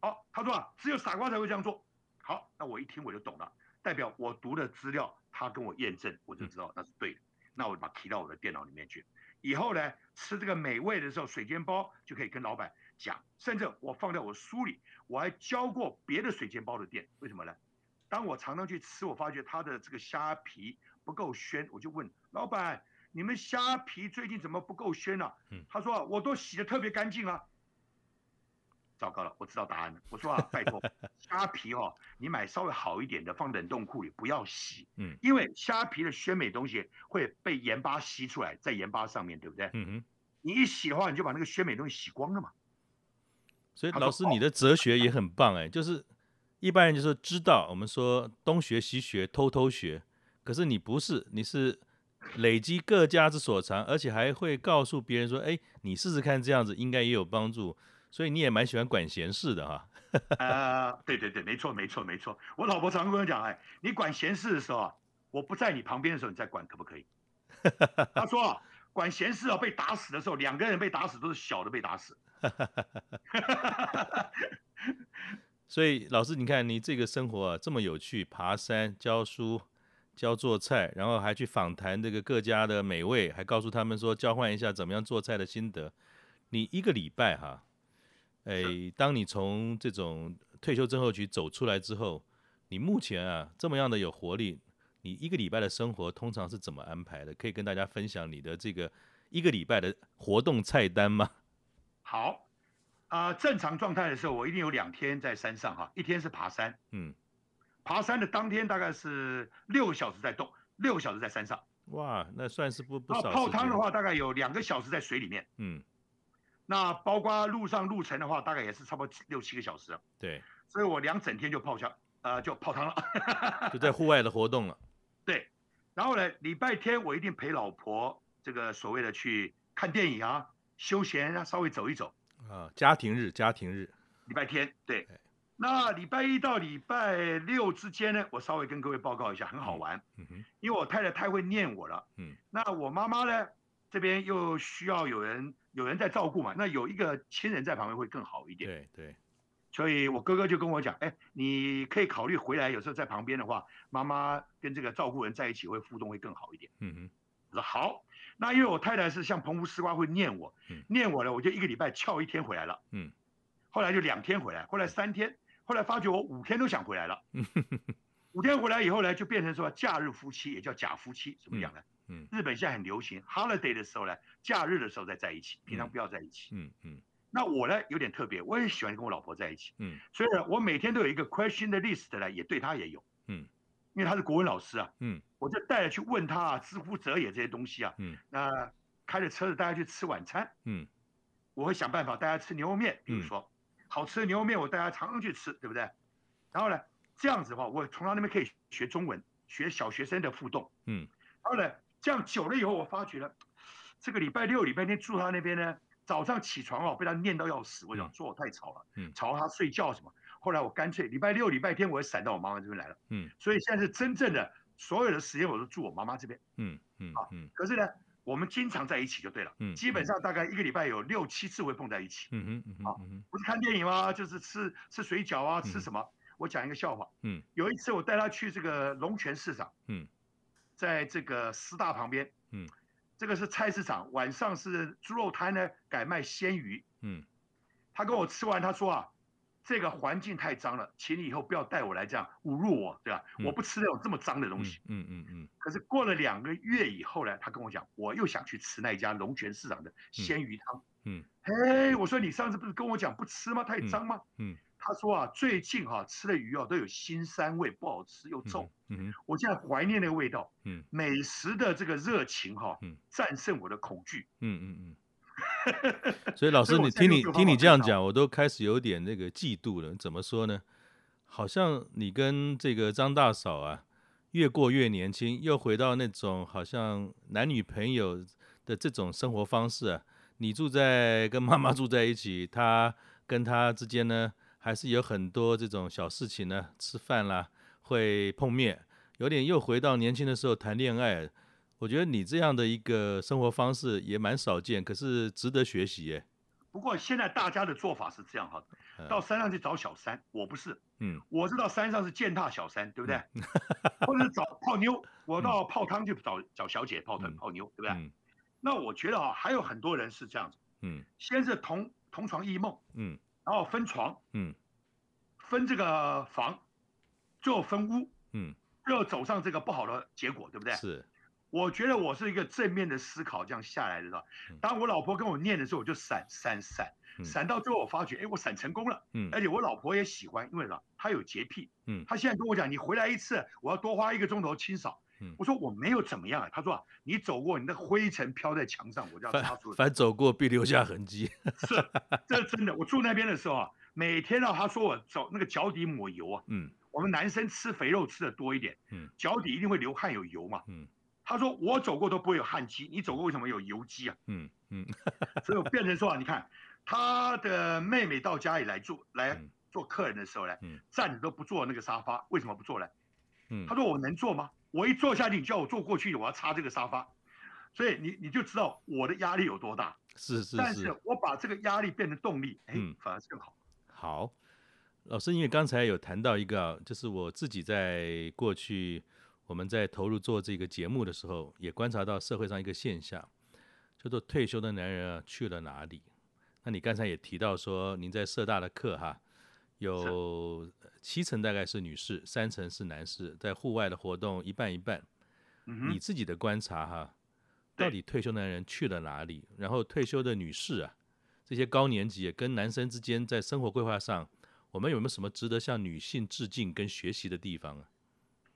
S3: 好，他说啊，只有傻瓜才会这样做。好，那我一听我就懂了，代表我读的资料，他跟我验证，我就知道那是对的。那我就把它提到我的电脑里面去。以后呢，吃这个美味的时候，水煎包就可以跟老板讲，甚至我放在我书里，我还教过别的水煎包的店。为什么呢？当我常常去吃，我发觉它的这个虾皮不够鲜，我就问老板：“你们虾皮最近怎么不够鲜啊
S2: 嗯？”
S3: 他说啊：“我都洗得特别干净啊。”糟糕了，我知道答案了。我说啊，拜托，虾皮哦，你买稍微好一点的，放冷冻库里，不要洗。
S2: 嗯
S3: 因为虾皮的鲜美东西会被盐巴吸出来，在盐巴上面，对不对？
S2: 嗯哼。
S3: 你一洗的话，你就把那个鲜美东西洗光了嘛。
S2: 所以
S3: 他
S2: 老
S3: 说
S2: 师，
S3: 哦
S2: 你的哲学也很棒哎，就是一般人就说知道，我们说东学西学，偷偷学，可是你不是，你是累积各家之所长，而且还会告诉别人说，哎，你试试看这样子应该也有帮助，所以你也蛮喜欢管闲事的哈。
S3: 呃，对对对，没错没错没错。我老婆常跟我讲，哎，你管闲事的时候啊，我不在你旁边的时候，你再管可 不可以？她说啊、管闲事啊，被打死的时候，两个人被打死都是小的被打死。
S2: 所以老师，你看你这个生活啊这么有趣，爬山、教书、教做菜，然后还去访谈这个各家的美味，还告诉他们说交换一下怎么样做菜的心得。你一个礼拜哈，哎，当你从这种退休症候群走出来之后，你目前啊这么样的有活力，你一个礼拜的生活通常是怎么安排的？可以跟大家分享你的这个一个礼拜的活动菜单吗？
S3: 好，啊、正常状态的时候，我一定有两天在山上哈、一天是爬山，
S2: 嗯，
S3: 爬山的当天大概是六个小时在动，六个小时在山上。
S2: 哇，那算是不不
S3: 那
S2: 少时间。
S3: 啊泡汤的话，大概有两个小时在水里面。
S2: 嗯，
S3: 那包括路上路程的话，大概也是差不多六七个小时了，啊
S2: 对，
S3: 所以我两整天就泡下，呃，就泡汤了。
S2: 就在户外的活动了。
S3: 对，然后呢，礼拜天我一定陪老婆这个所谓的去看电影啊、休闲啊，稍微走一走。
S2: 啊，家庭日，家庭日，
S3: 礼拜天，对
S2: 对。
S3: 那礼拜一到礼拜六之间呢，我稍微跟各位报告一下，很好玩，
S2: 嗯哼，
S3: 因为我太太太会念我了。
S2: 嗯，
S3: 那我妈妈呢，这边又需要有人有人在照顾嘛，那有一个亲人在旁边会更好一点。
S2: 对对，
S3: 所以我哥哥就跟我讲，哎，你可以考虑回来，有时候在旁边的话，妈妈跟这个照顾人在一起会互动会更好一点。
S2: 嗯
S3: 我说好，那因为我太太是像澎湖丝瓜会念我，
S2: 嗯
S3: 念我了，我就一个礼拜翘一天回来了，
S2: 嗯，
S3: 后来就两天回来，后来三天，后来发觉我五天都想回来了，
S2: 哼，
S3: 五天回来以后呢，就变成说假日夫妻，也叫假夫妻，怎么讲呢？
S2: 嗯
S3: 日本现在很流行，holiday 的时候呢，假日的时候再在一起，平常
S2: 嗯
S3: 不要在一起。
S2: 嗯嗯
S3: 那我呢有点特别，我也喜欢跟我老婆在一起。
S2: 嗯
S3: 所以呢，我每天都有一个 question 的 list 呢，也对他也有，
S2: 嗯，
S3: 因为他是国文老师啊，
S2: 嗯，
S3: 我就带着去问他啊，知乎者也这些东西啊，
S2: 嗯，
S3: 那、开着车子带他去吃晚餐，
S2: 嗯，
S3: 我会想办法带他吃牛肉面，比如
S2: 嗯
S3: 说、好吃的牛肉面，我带他常常去吃，对不对？然后呢，这样子的话，我从他那边可以学中文，学小学生的互动，
S2: 嗯，
S3: 然后呢，这样久了以后，我发觉了，这个礼拜六、礼拜天住他那边呢，早上起床哦，被他念到要死，我想
S2: 嗯
S3: 说我太吵了，
S2: 嗯
S3: 吵他睡觉什么。后来我干脆礼拜六、礼拜天我也闪到我妈妈这边来了，
S2: 嗯，
S3: 所以现在是真正的所有的时间我都住我妈妈这边。
S2: 嗯嗯嗯
S3: 可是呢，我们经常在一起就对了，
S2: 嗯
S3: 基本上大概一个礼拜有六七次会碰在一起，
S2: 嗯哼嗯哼嗯
S3: 不是看电影啊，就是吃吃水饺啊，吃
S2: 嗯
S3: 什么？我讲一个笑话，
S2: 嗯，
S3: 有一次我带他去这个龙泉市场，
S2: 嗯，
S3: 在这个师大旁边，
S2: 嗯，
S3: 这个是菜市场，晚上是猪肉摊呢，改卖鲜鱼，
S2: 嗯
S3: 他跟我吃完，他说啊，这个环境太脏了，请你以后不要带我来这样侮辱我，对吧？
S2: 嗯
S3: 我不吃那种这么脏的东西。
S2: 嗯嗯嗯
S3: 可是过了两个月以后呢，他跟我讲，我又想去吃那一家龙泉市场的鲜鱼汤。
S2: 嗯，
S3: 哎，我说你上次不是跟我讲不吃吗？太脏吗？
S2: 嗯嗯
S3: 他说啊，最近哈、吃的鱼啊都有腥膻味，不好吃又臭。
S2: 嗯
S3: 我现在怀念那个味道。
S2: 嗯，
S3: 美食的这个热情哈、
S2: 嗯
S3: 战胜我的恐惧。
S2: 嗯嗯。所以老师，你听你听你这样讲，我都开始有点那个嫉妒了。怎么说呢？好像你跟这个张大嫂啊，越过越年轻，又回到那种好像男女朋友的这种生活方式啊。你住在跟妈妈住在一起，她跟她之间呢，还是有很多这种小事情呢，吃饭啦，会碰面，有点又回到年轻的时候谈恋爱。啊我觉得你这样的一个生活方式也蛮少见，可是值得学习耶。
S3: 不过现在大家的做法是这样哈、
S2: 嗯
S3: 到山上去找小三，我不是，
S2: 嗯，
S3: 我是到山上是践踏小三，对不对？或者是 找泡妞，我到泡汤去找找小姐泡汤
S2: 嗯
S3: 泡妞，对不啊对？
S2: 嗯
S3: 那我觉得啊，还有很多人是这样子，
S2: 嗯
S3: 先是同同床异梦，
S2: 嗯
S3: 然后分床，
S2: 嗯
S3: 分这个房，最后分屋，
S2: 嗯，
S3: 最后走上这个不好的结果，对不对？啊
S2: 是，
S3: 我觉得我是一个正面的思考，这样下来的。
S2: 嗯
S3: 当我老婆跟我念的时候，我就闪闪闪，
S2: 嗯
S3: 闪到最后我发觉，哎，我闪成功了。
S2: 嗯
S3: 而且我老婆也喜欢，因为呢，她有洁癖，
S2: 嗯
S3: 她现在跟我讲，你回来一次，我要多花一个钟头清扫。
S2: 嗯
S3: 我说我没有怎么样啊，她说啊，你走过，你的灰尘飘在墙上，我就要擦
S2: 凡
S3: 出来。
S2: 凡走过必留下痕迹。
S3: 是，这是真的。我住那边的时候啊，每天啊，她说我走那个脚底抹油啊，
S2: 嗯
S3: 我们男生吃肥肉吃的多一点，
S2: 嗯
S3: 脚底一定会流汗有油嘛。
S2: 嗯
S3: 她说 我走过都不会有汗迹，你走过为什么有油迹啊？
S2: 嗯嗯
S3: 所以我变成说啊，你看他的妹妹到家里来住来
S2: 嗯
S3: 做客人的时候呢
S2: 嗯，
S3: 站着都不坐那个沙发，为什么不坐呢？
S2: 嗯
S3: 他说我能坐吗？我一坐下去，你叫我坐过去，我要擦这个沙发，所以你你就知道我的压力有多大。
S2: 是是
S3: 但
S2: 是
S3: 是，我把这个压力变成动力，哎
S2: 嗯，
S3: 反而是更好。
S2: 好，老师，因为刚才有谈到一个啊，就是我自己在过去我们在投入做这个节目的时候，也观察到社会上一个现象，叫做退休的男人啊去了哪里？那你刚才也提到说，您在社大的课哈，有七成大概是女士，三成是男士，在户外的活动一半一半。
S3: 嗯
S2: 你
S3: 哼，
S2: 自己的观察哈，到
S3: 对
S2: 底退休男人去了哪里？然后退休的女士啊，这些高年级跟男生之间在生活规划上，我们有没有什么值得向女性致敬跟学习的地方啊？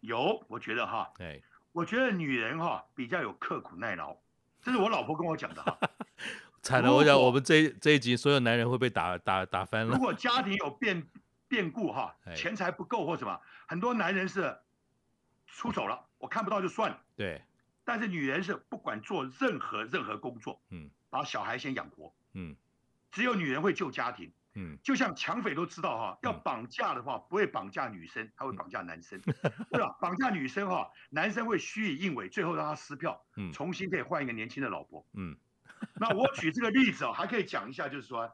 S3: 有，我觉得哈，
S2: 哎，
S3: 我觉得女人哈比较有刻苦耐劳，这是我老婆跟我讲 的哈。
S2: 惨了，
S3: 如
S2: 我想
S3: 果
S2: 我们这一这一集所有男人会被打打打翻
S3: 如
S2: 了。
S3: 果家庭有变变故哈
S2: 哎，
S3: 钱财不够或什么，很多男人是出手了，我看不到就算了。
S2: 对，
S3: 但是女人是不管做任何任何工作，
S2: 嗯，
S3: 把小孩先养活，
S2: 嗯
S3: 只有女人会救家庭。
S2: 嗯，
S3: 就像抢匪都知道哈，要
S2: 嗯
S3: 绑架的话不会绑架女生，他会绑架男生，对吧？绑架女生哈，男生会虚以应为，最后让他撕票
S2: 嗯，
S3: 重新可以换一个年轻的老婆。
S2: 嗯
S3: 那我举这个例子哦，还可以讲一下，就是说，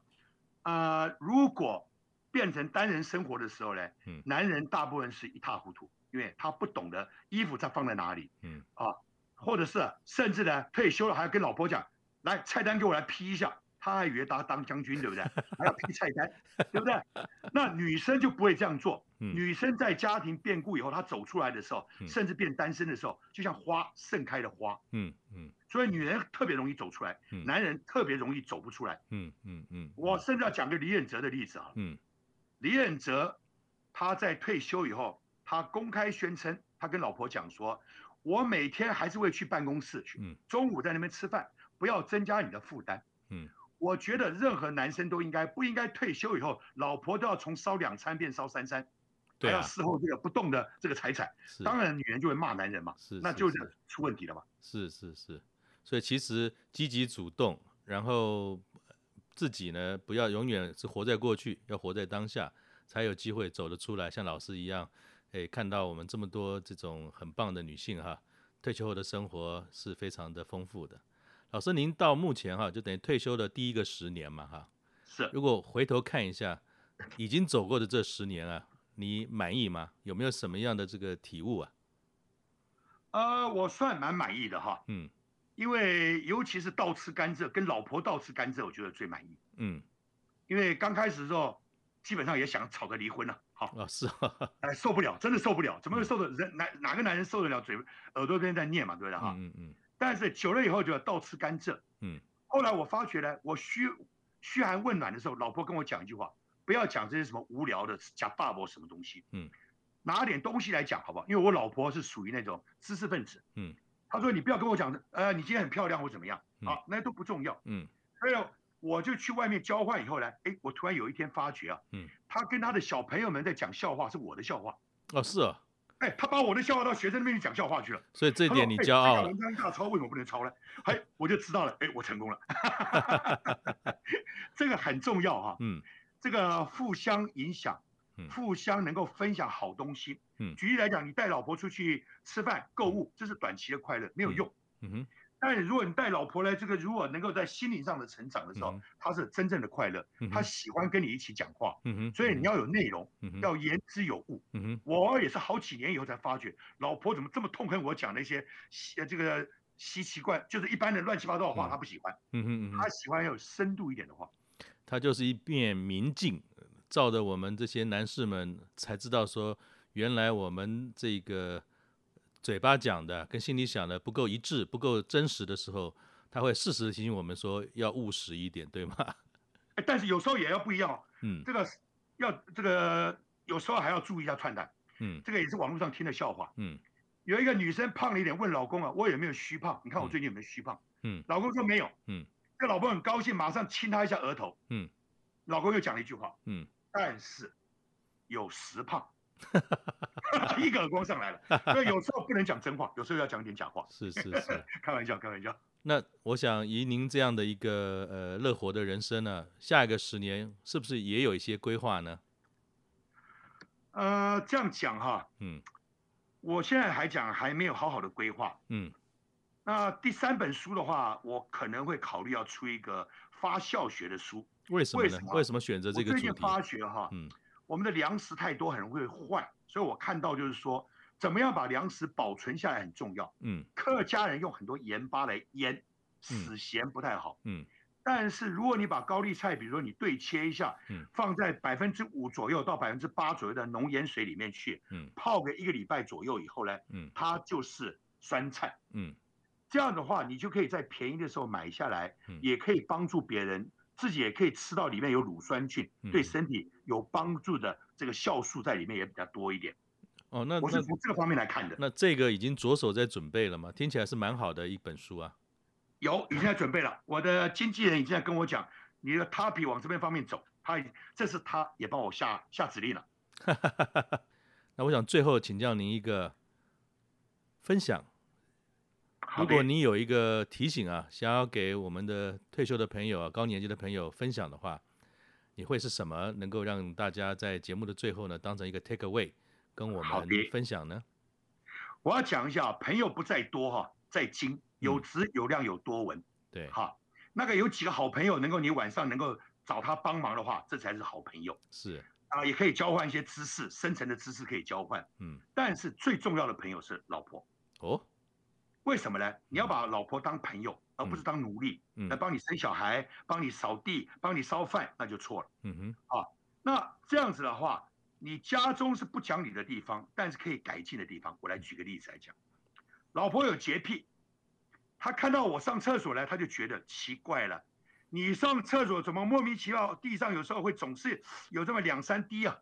S3: 啊，如果变成单人生活的时候呢，
S2: 嗯
S3: 男人大部分是一塌糊涂，因为他不懂得衣服在放在哪里，
S2: 嗯
S3: 啊，或者是甚至呢退休了还要跟老婆讲，来菜单给我来批一下，他还以为他当将军对不对？还要批菜单，对不对？那女生就不会这样做，
S2: 嗯
S3: 女生在家庭变故以后，她走出来的时候，
S2: 嗯
S3: 甚至变单身的时候，就像花盛开的花，
S2: 嗯嗯
S3: 所以女人特别容易走出来，
S2: 嗯
S3: 男人特别容易走不出来。
S2: 嗯嗯嗯，
S3: 我甚至要讲个李远哲的例子啊，
S2: 嗯
S3: 李远哲他在退休以后，他公开宣称，他跟老婆讲说，我每天还是会去办公室去
S2: 嗯，
S3: 中午在那边吃饭，不要增加你的负担。
S2: 嗯，
S3: 我觉得任何男生都应该不应该退休以后，老婆都要从烧两餐变烧三餐，还
S2: 对
S3: 要
S2: 啊，
S3: 伺候这个不动的这个财产。
S2: 是
S3: 当然，女人就会骂男人嘛，
S2: 是，
S3: 那
S2: 是
S3: 就是是出问题了嘛。
S2: 是是是，所以其实积极主动，然后呃自己呢不要永远是活在过去，要活在当下，才有机会走得出来。像老师一样，哎，看到我们这么多这种很棒的女性哈，退休后的生活是非常的丰富的。老师，您到目前哈，就等于退休的第一个十年嘛哈，
S3: 是
S2: 如果回头看一下，已经走过的这十年啊，你满意吗？有没有什么样的这个体悟啊？
S3: 呃，我算蛮满意的哈，
S2: 嗯
S3: 因为尤其是倒吃甘蔗，跟老婆倒吃甘蔗，我觉得最满意。
S2: 嗯，
S3: 因为刚开始的时候，基本上也想吵个离婚了，好，
S2: 老师、 哦，
S3: 哎，受不了，真的受不了，怎
S2: 嗯
S3: 么会受得人哪哪个男人受得了嘴耳朵边在念嘛，对不对哈？
S2: 嗯嗯嗯
S3: 但是久了以后就要倒吃甘蔗，
S2: 嗯。
S3: 后来我发觉呢，我嘘嘘寒问暖的时候，老婆跟我讲一句话，不要讲这些什么无聊的假爸爸什么东西，
S2: 嗯，
S3: 拿点东西来讲好不好？因为我老婆是属于那种知识分子，
S2: 嗯，
S3: 她说你不要跟我讲，呃，你今天很漂亮或怎么样，
S2: 嗯
S3: 啊，那都不重要。
S2: 嗯
S3: 所以我就去外面交换以后呢，哎，我突然有一天发觉啊，
S2: 嗯，
S3: 他跟他的小朋友们在讲笑话，是我的笑话，
S2: 哦，是哦，
S3: 哎，他把我的笑话到学生面前讲笑话去了。
S2: 所以这一
S3: 他
S2: 点
S3: 说
S2: 你
S3: 哎
S2: 骄傲
S3: 这个
S2: 了。
S3: 文章大抄为什么不能抄呢？哎，我就知道了，哎，我成 功了。这个很重要哈、
S2: 嗯
S3: 这个互相影响
S2: 嗯，
S3: 互相能够分享好东西。
S2: 嗯
S3: 举例来讲，你带老婆出去吃饭、购物，这是短期的快乐，没有
S2: 嗯
S3: 用。
S2: 嗯哼
S3: 但是如果你带老婆来，这个如果能够在心灵上的成长的时候，
S2: 嗯
S3: 她是哦真正的快乐，
S2: 嗯
S3: 她
S2: 哼
S3: 喜欢跟你一起讲话，
S2: 嗯哼，
S3: 所以你
S2: 要
S3: 要有内容，
S2: 嗯哼
S3: 要言之有物。
S2: 嗯哼
S3: 我也是好几年以后才发觉，老婆怎么这么痛恨我讲那些稀呃这个稀奇怪，就是一般的乱七八糟的话，
S2: 嗯
S3: 她不喜欢，
S2: 嗯哼嗯
S3: 她
S2: 哼，
S3: 喜欢要有深度一点的话。
S2: 它就是一面明镜，照着我们这些男士们才知道说，原来我们这个嘴巴讲的跟心里想的不够一致、不够真实的时候，他会适时的提醒我们说要务实一点，对吗？
S3: 哎但是有时候也要不一样哦，
S2: 嗯
S3: 这个要这个有时候还要注意一下穿戴，
S2: 嗯
S3: 这个也是网络上听的笑话。
S2: 嗯
S3: 有一个女生胖了一点，问老公啊，我有没有虚胖？你看我
S2: 嗯
S3: 最近有没有虚胖？
S2: 嗯，
S3: 老公说没有。
S2: 嗯，
S3: 这老婆很高兴，马上亲她一下额头。
S2: 嗯，
S3: 老公又讲了一句话，
S2: 嗯，
S3: 但是有实胖， 一个耳光上来了。所以有时候不能讲真话，有时候要讲点假话。
S2: 是是是。
S3: 开玩笑，开玩笑。
S2: 那我想以您这样的一个呃乐活的人生呢、下一个十年是不是也有一些规划呢？
S3: 呃，这样讲哈，
S2: 嗯
S3: 我现在还讲还没有好好的规划。
S2: 嗯
S3: 那第三本书的话，我可能会考虑要出一个发酵学的书。
S2: 为什么
S3: 为
S2: 呢？
S3: 什么
S2: 为什么选择这个
S3: 我
S2: 主
S3: 最
S2: 题
S3: 近？发觉哈，
S2: 嗯
S3: 我们的粮食太多，很容易坏，所以我看到就是说，怎么样把粮食保存下来很重要。
S2: 嗯
S3: 客家人用很多盐巴来腌，死咸不太好。
S2: 嗯
S3: 但是如果你把高丽菜，比如说你对切一下，
S2: 嗯
S3: 放在百分之五左右到百分之八左右的浓盐水里面去
S2: 嗯
S3: 泡个一个礼拜左右以后呢，
S2: 嗯
S3: 它就是酸菜。
S2: 嗯
S3: 这样的话，你就可以在便宜的时候买下来
S2: 嗯，
S3: 也可以帮助别人，自己也可以吃到里面有乳酸菌
S2: 嗯，
S3: 对身体有帮助的这个酵素在里面也比较多一点。
S2: 哦，那
S3: 我是
S2: 那
S3: 从这个方面来看的。
S2: 那这个已经着手在准备了吗？听起来是蛮好的一本书啊。
S3: 有，已经在准备了。我的经纪人已经在跟我讲，你的 Tapi 往这边方面走，他已这是他也帮我下下指令了。
S2: 那我想最后请教您一个分享，
S3: 好
S2: 如果
S3: 的，
S2: 你有一个提醒啊，想要给我们的退休的朋友啊、高年级的朋友分享的话，你会是什么能够让大家在节目的最后呢，当成一个 take away 跟我
S3: 好
S2: 们
S3: 的
S2: 分享呢？
S3: 我要讲一下，朋友不在多哈，在精，有质有量有多文。
S2: 嗯对，
S3: 哈，那个有几个好朋友能够你晚上能够找他帮忙的话，这才是好朋友
S2: 是，
S3: 啊，也可以交换一些知识，深层的知识可以交换。
S2: 嗯，
S3: 但是最重要的朋友是老婆，
S2: 哦，
S3: 为什么呢？你要把老婆当朋友，而不是当奴隶，
S2: 嗯
S3: 来帮你生小孩、帮你扫地、帮你烧饭，那就错了。
S2: 嗯哼，
S3: 那这样子的话，你家中是不讲理的地方，但是可以改进的地方。我来举个例子来讲，老婆有洁癖，她看到我上厕所来，她就觉得奇怪了，你上厕所怎么莫名其妙地上有时候会总是有这么两三滴啊？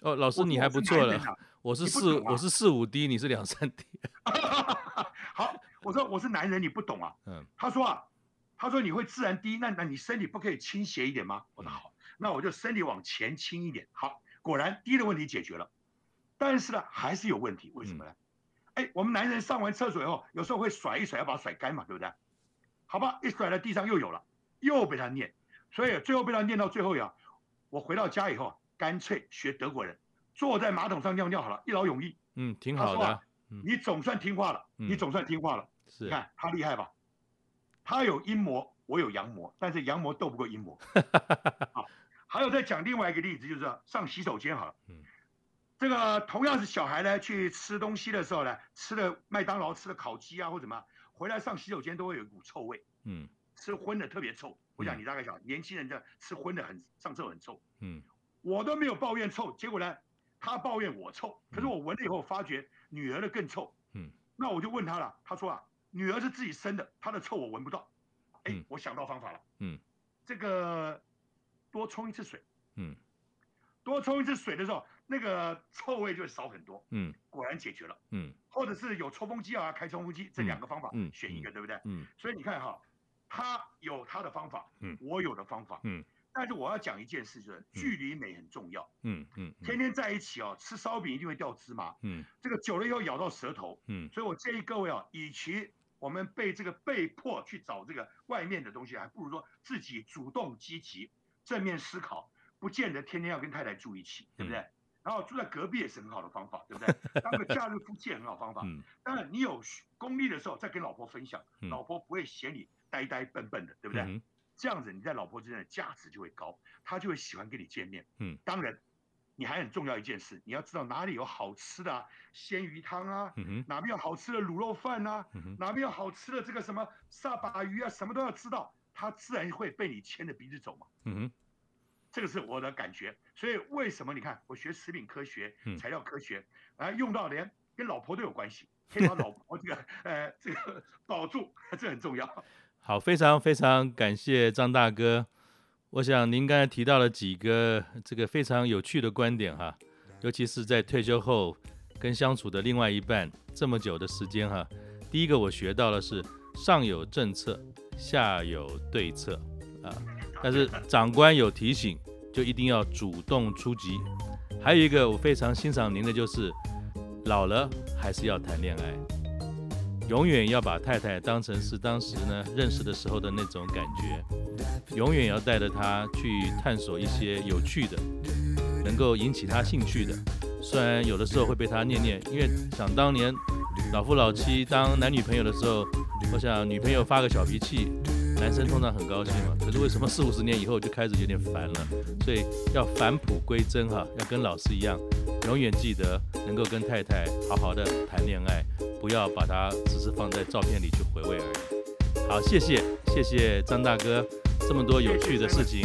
S2: 哦，老
S3: 我
S2: 师
S3: 说
S2: 你
S3: 我
S2: 还
S3: 是
S2: 不
S3: 男
S2: 错
S3: 人
S2: 了，
S3: 啊
S2: 我是
S3: 你不
S2: 四
S3: 懂啊
S2: 我是四五 D，你是两三 D，
S3: 啊 好，我说我是男人，你不懂啊。
S2: 嗯
S3: 他说啊，他说你会自然低，那那你身体不可以倾斜一点吗？我说
S2: 嗯
S3: 好，那我就身体往前倾一点。好，果然低的问题解决了，但是呢还是有问题，为什么呢？哎，我们男人上完厕所以后，有时候会甩一甩，要把它甩干嘛，对不对？好吧，一甩到地上又有了，又被他念，所以啊最后被他念到最后呀，我回到家以后啊，干脆学德国人，坐在马桶上尿尿好了，一劳永逸。
S2: 嗯，挺
S3: 他
S2: 好
S3: 说
S2: 的
S3: 啊
S2: 啊，，
S3: 你总算听话了，你
S2: 嗯
S3: 总算听话了。你
S2: 是，
S3: 看他厉害吧？他有阴魔，我有阳魔，但是阳魔斗不过阴魔。啊，还有再讲另外一个例子，就是上洗手间好了。
S2: 嗯
S3: 这个同样是小孩呢，去吃东西的时候呢，吃了麦当劳，吃了烤鸡啊或什么，回来上洗手间都会有一股臭味，
S2: 嗯
S3: 吃荤的特别臭。我想
S2: 嗯
S3: 你大概想，年轻人的吃荤的很上厕所很臭，
S2: 嗯
S3: 我都没有抱怨臭，结果呢，他抱怨我臭，可是我闻了以后发觉女儿的更臭，
S2: 嗯
S3: 那我就问他了，他说啊，女儿是自己生的，她的臭我闻不到。哎
S2: 嗯，
S3: 我想到方法了。
S2: 嗯，
S3: 这个多冲一次水，
S2: 嗯
S3: 多冲一次水的时候，那个臭味就会少很多。
S2: 嗯
S3: 果然解决了。
S2: 嗯
S3: 或者是有抽风机啊，开抽风机，这
S2: 嗯
S3: 两个方法
S2: 嗯
S3: 选一个，对不对？
S2: 嗯
S3: 所以你看哈，他有他的方法
S2: 嗯，
S3: 我有的方法。
S2: 嗯，
S3: 但是我要讲一件事，就是距离美很重要。
S2: 嗯嗯
S3: 天天在一起哦，吃烧饼一定会掉芝麻，
S2: 嗯
S3: 这个久了以后咬到舌头，
S2: 嗯
S3: 所以我建议各位啊，与其我们被这个被迫去找这个外面的东西，还不如说自己主动积极、正面思考，不见得天天要跟太太住一起，
S2: 嗯
S3: 对不对？然后住在隔壁也是很好的方法，对不对？当个假日夫妻也很好方法。
S2: 嗯
S3: 当然，你有功力的时候再跟老婆分享，
S2: 嗯
S3: 老婆不会嫌你呆呆笨笨的，对不对？
S2: 嗯
S3: 这样子你在老婆之间的价值就会高，她就会喜欢跟你见面。
S2: 嗯，
S3: 当然，你还很重要一件事，你要知道哪里有好吃的、啊、鲜鱼汤啊，
S2: 嗯哼
S3: 哪边有好吃的卤肉饭啊，
S2: 嗯哼
S3: 哪边有好吃的这个什么萨把鱼啊，什么都要知道，他自然会被你牵着鼻子走嘛。
S2: 嗯哼
S3: 这个是我的感觉，所以为什么你看我学食品科学
S2: 嗯、
S3: 材料科学，啊，用到连跟老婆都有关系，可以把老婆这个呃这个保住，这很重要。
S2: 好，非常非常感谢张大哥。我想您刚才提到了几个这个非常有趣的观点哈，尤其是在退休后跟相处的另外一半这么久的时间哈。第一个我学到了是上有政策，下有对策啊，但是长官有提醒，就一定要主动出击。还有一个我非常欣赏您的就是，老了还是要谈恋爱。永远要把太太当成是当时呢认识的时候的那种感觉，永远要带着她去探索一些有趣的，能够引起她兴趣的。虽然有的时候会被她念念，因为想当年老夫老妻当男女朋友的时候，我想女朋友发个小脾气，男生通常很高兴嘛。可是为什么四五十年以后就开始有点烦了？所以要返璞归真哈、要跟老师一样，永远记得能够跟太太好好的谈恋爱，不要把它只是放在照片里去回味而已。好，谢谢谢谢张大哥这么多有趣的事情，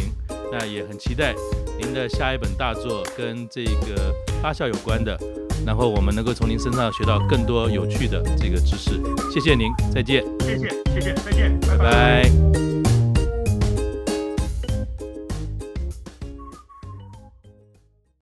S2: 那也很期待您的下一本大作跟这个发酵有关的，然后我们能够从您身上学到更多有趣的这个知识。谢谢您，再见，
S3: 谢谢谢谢，再见，拜
S2: 拜拜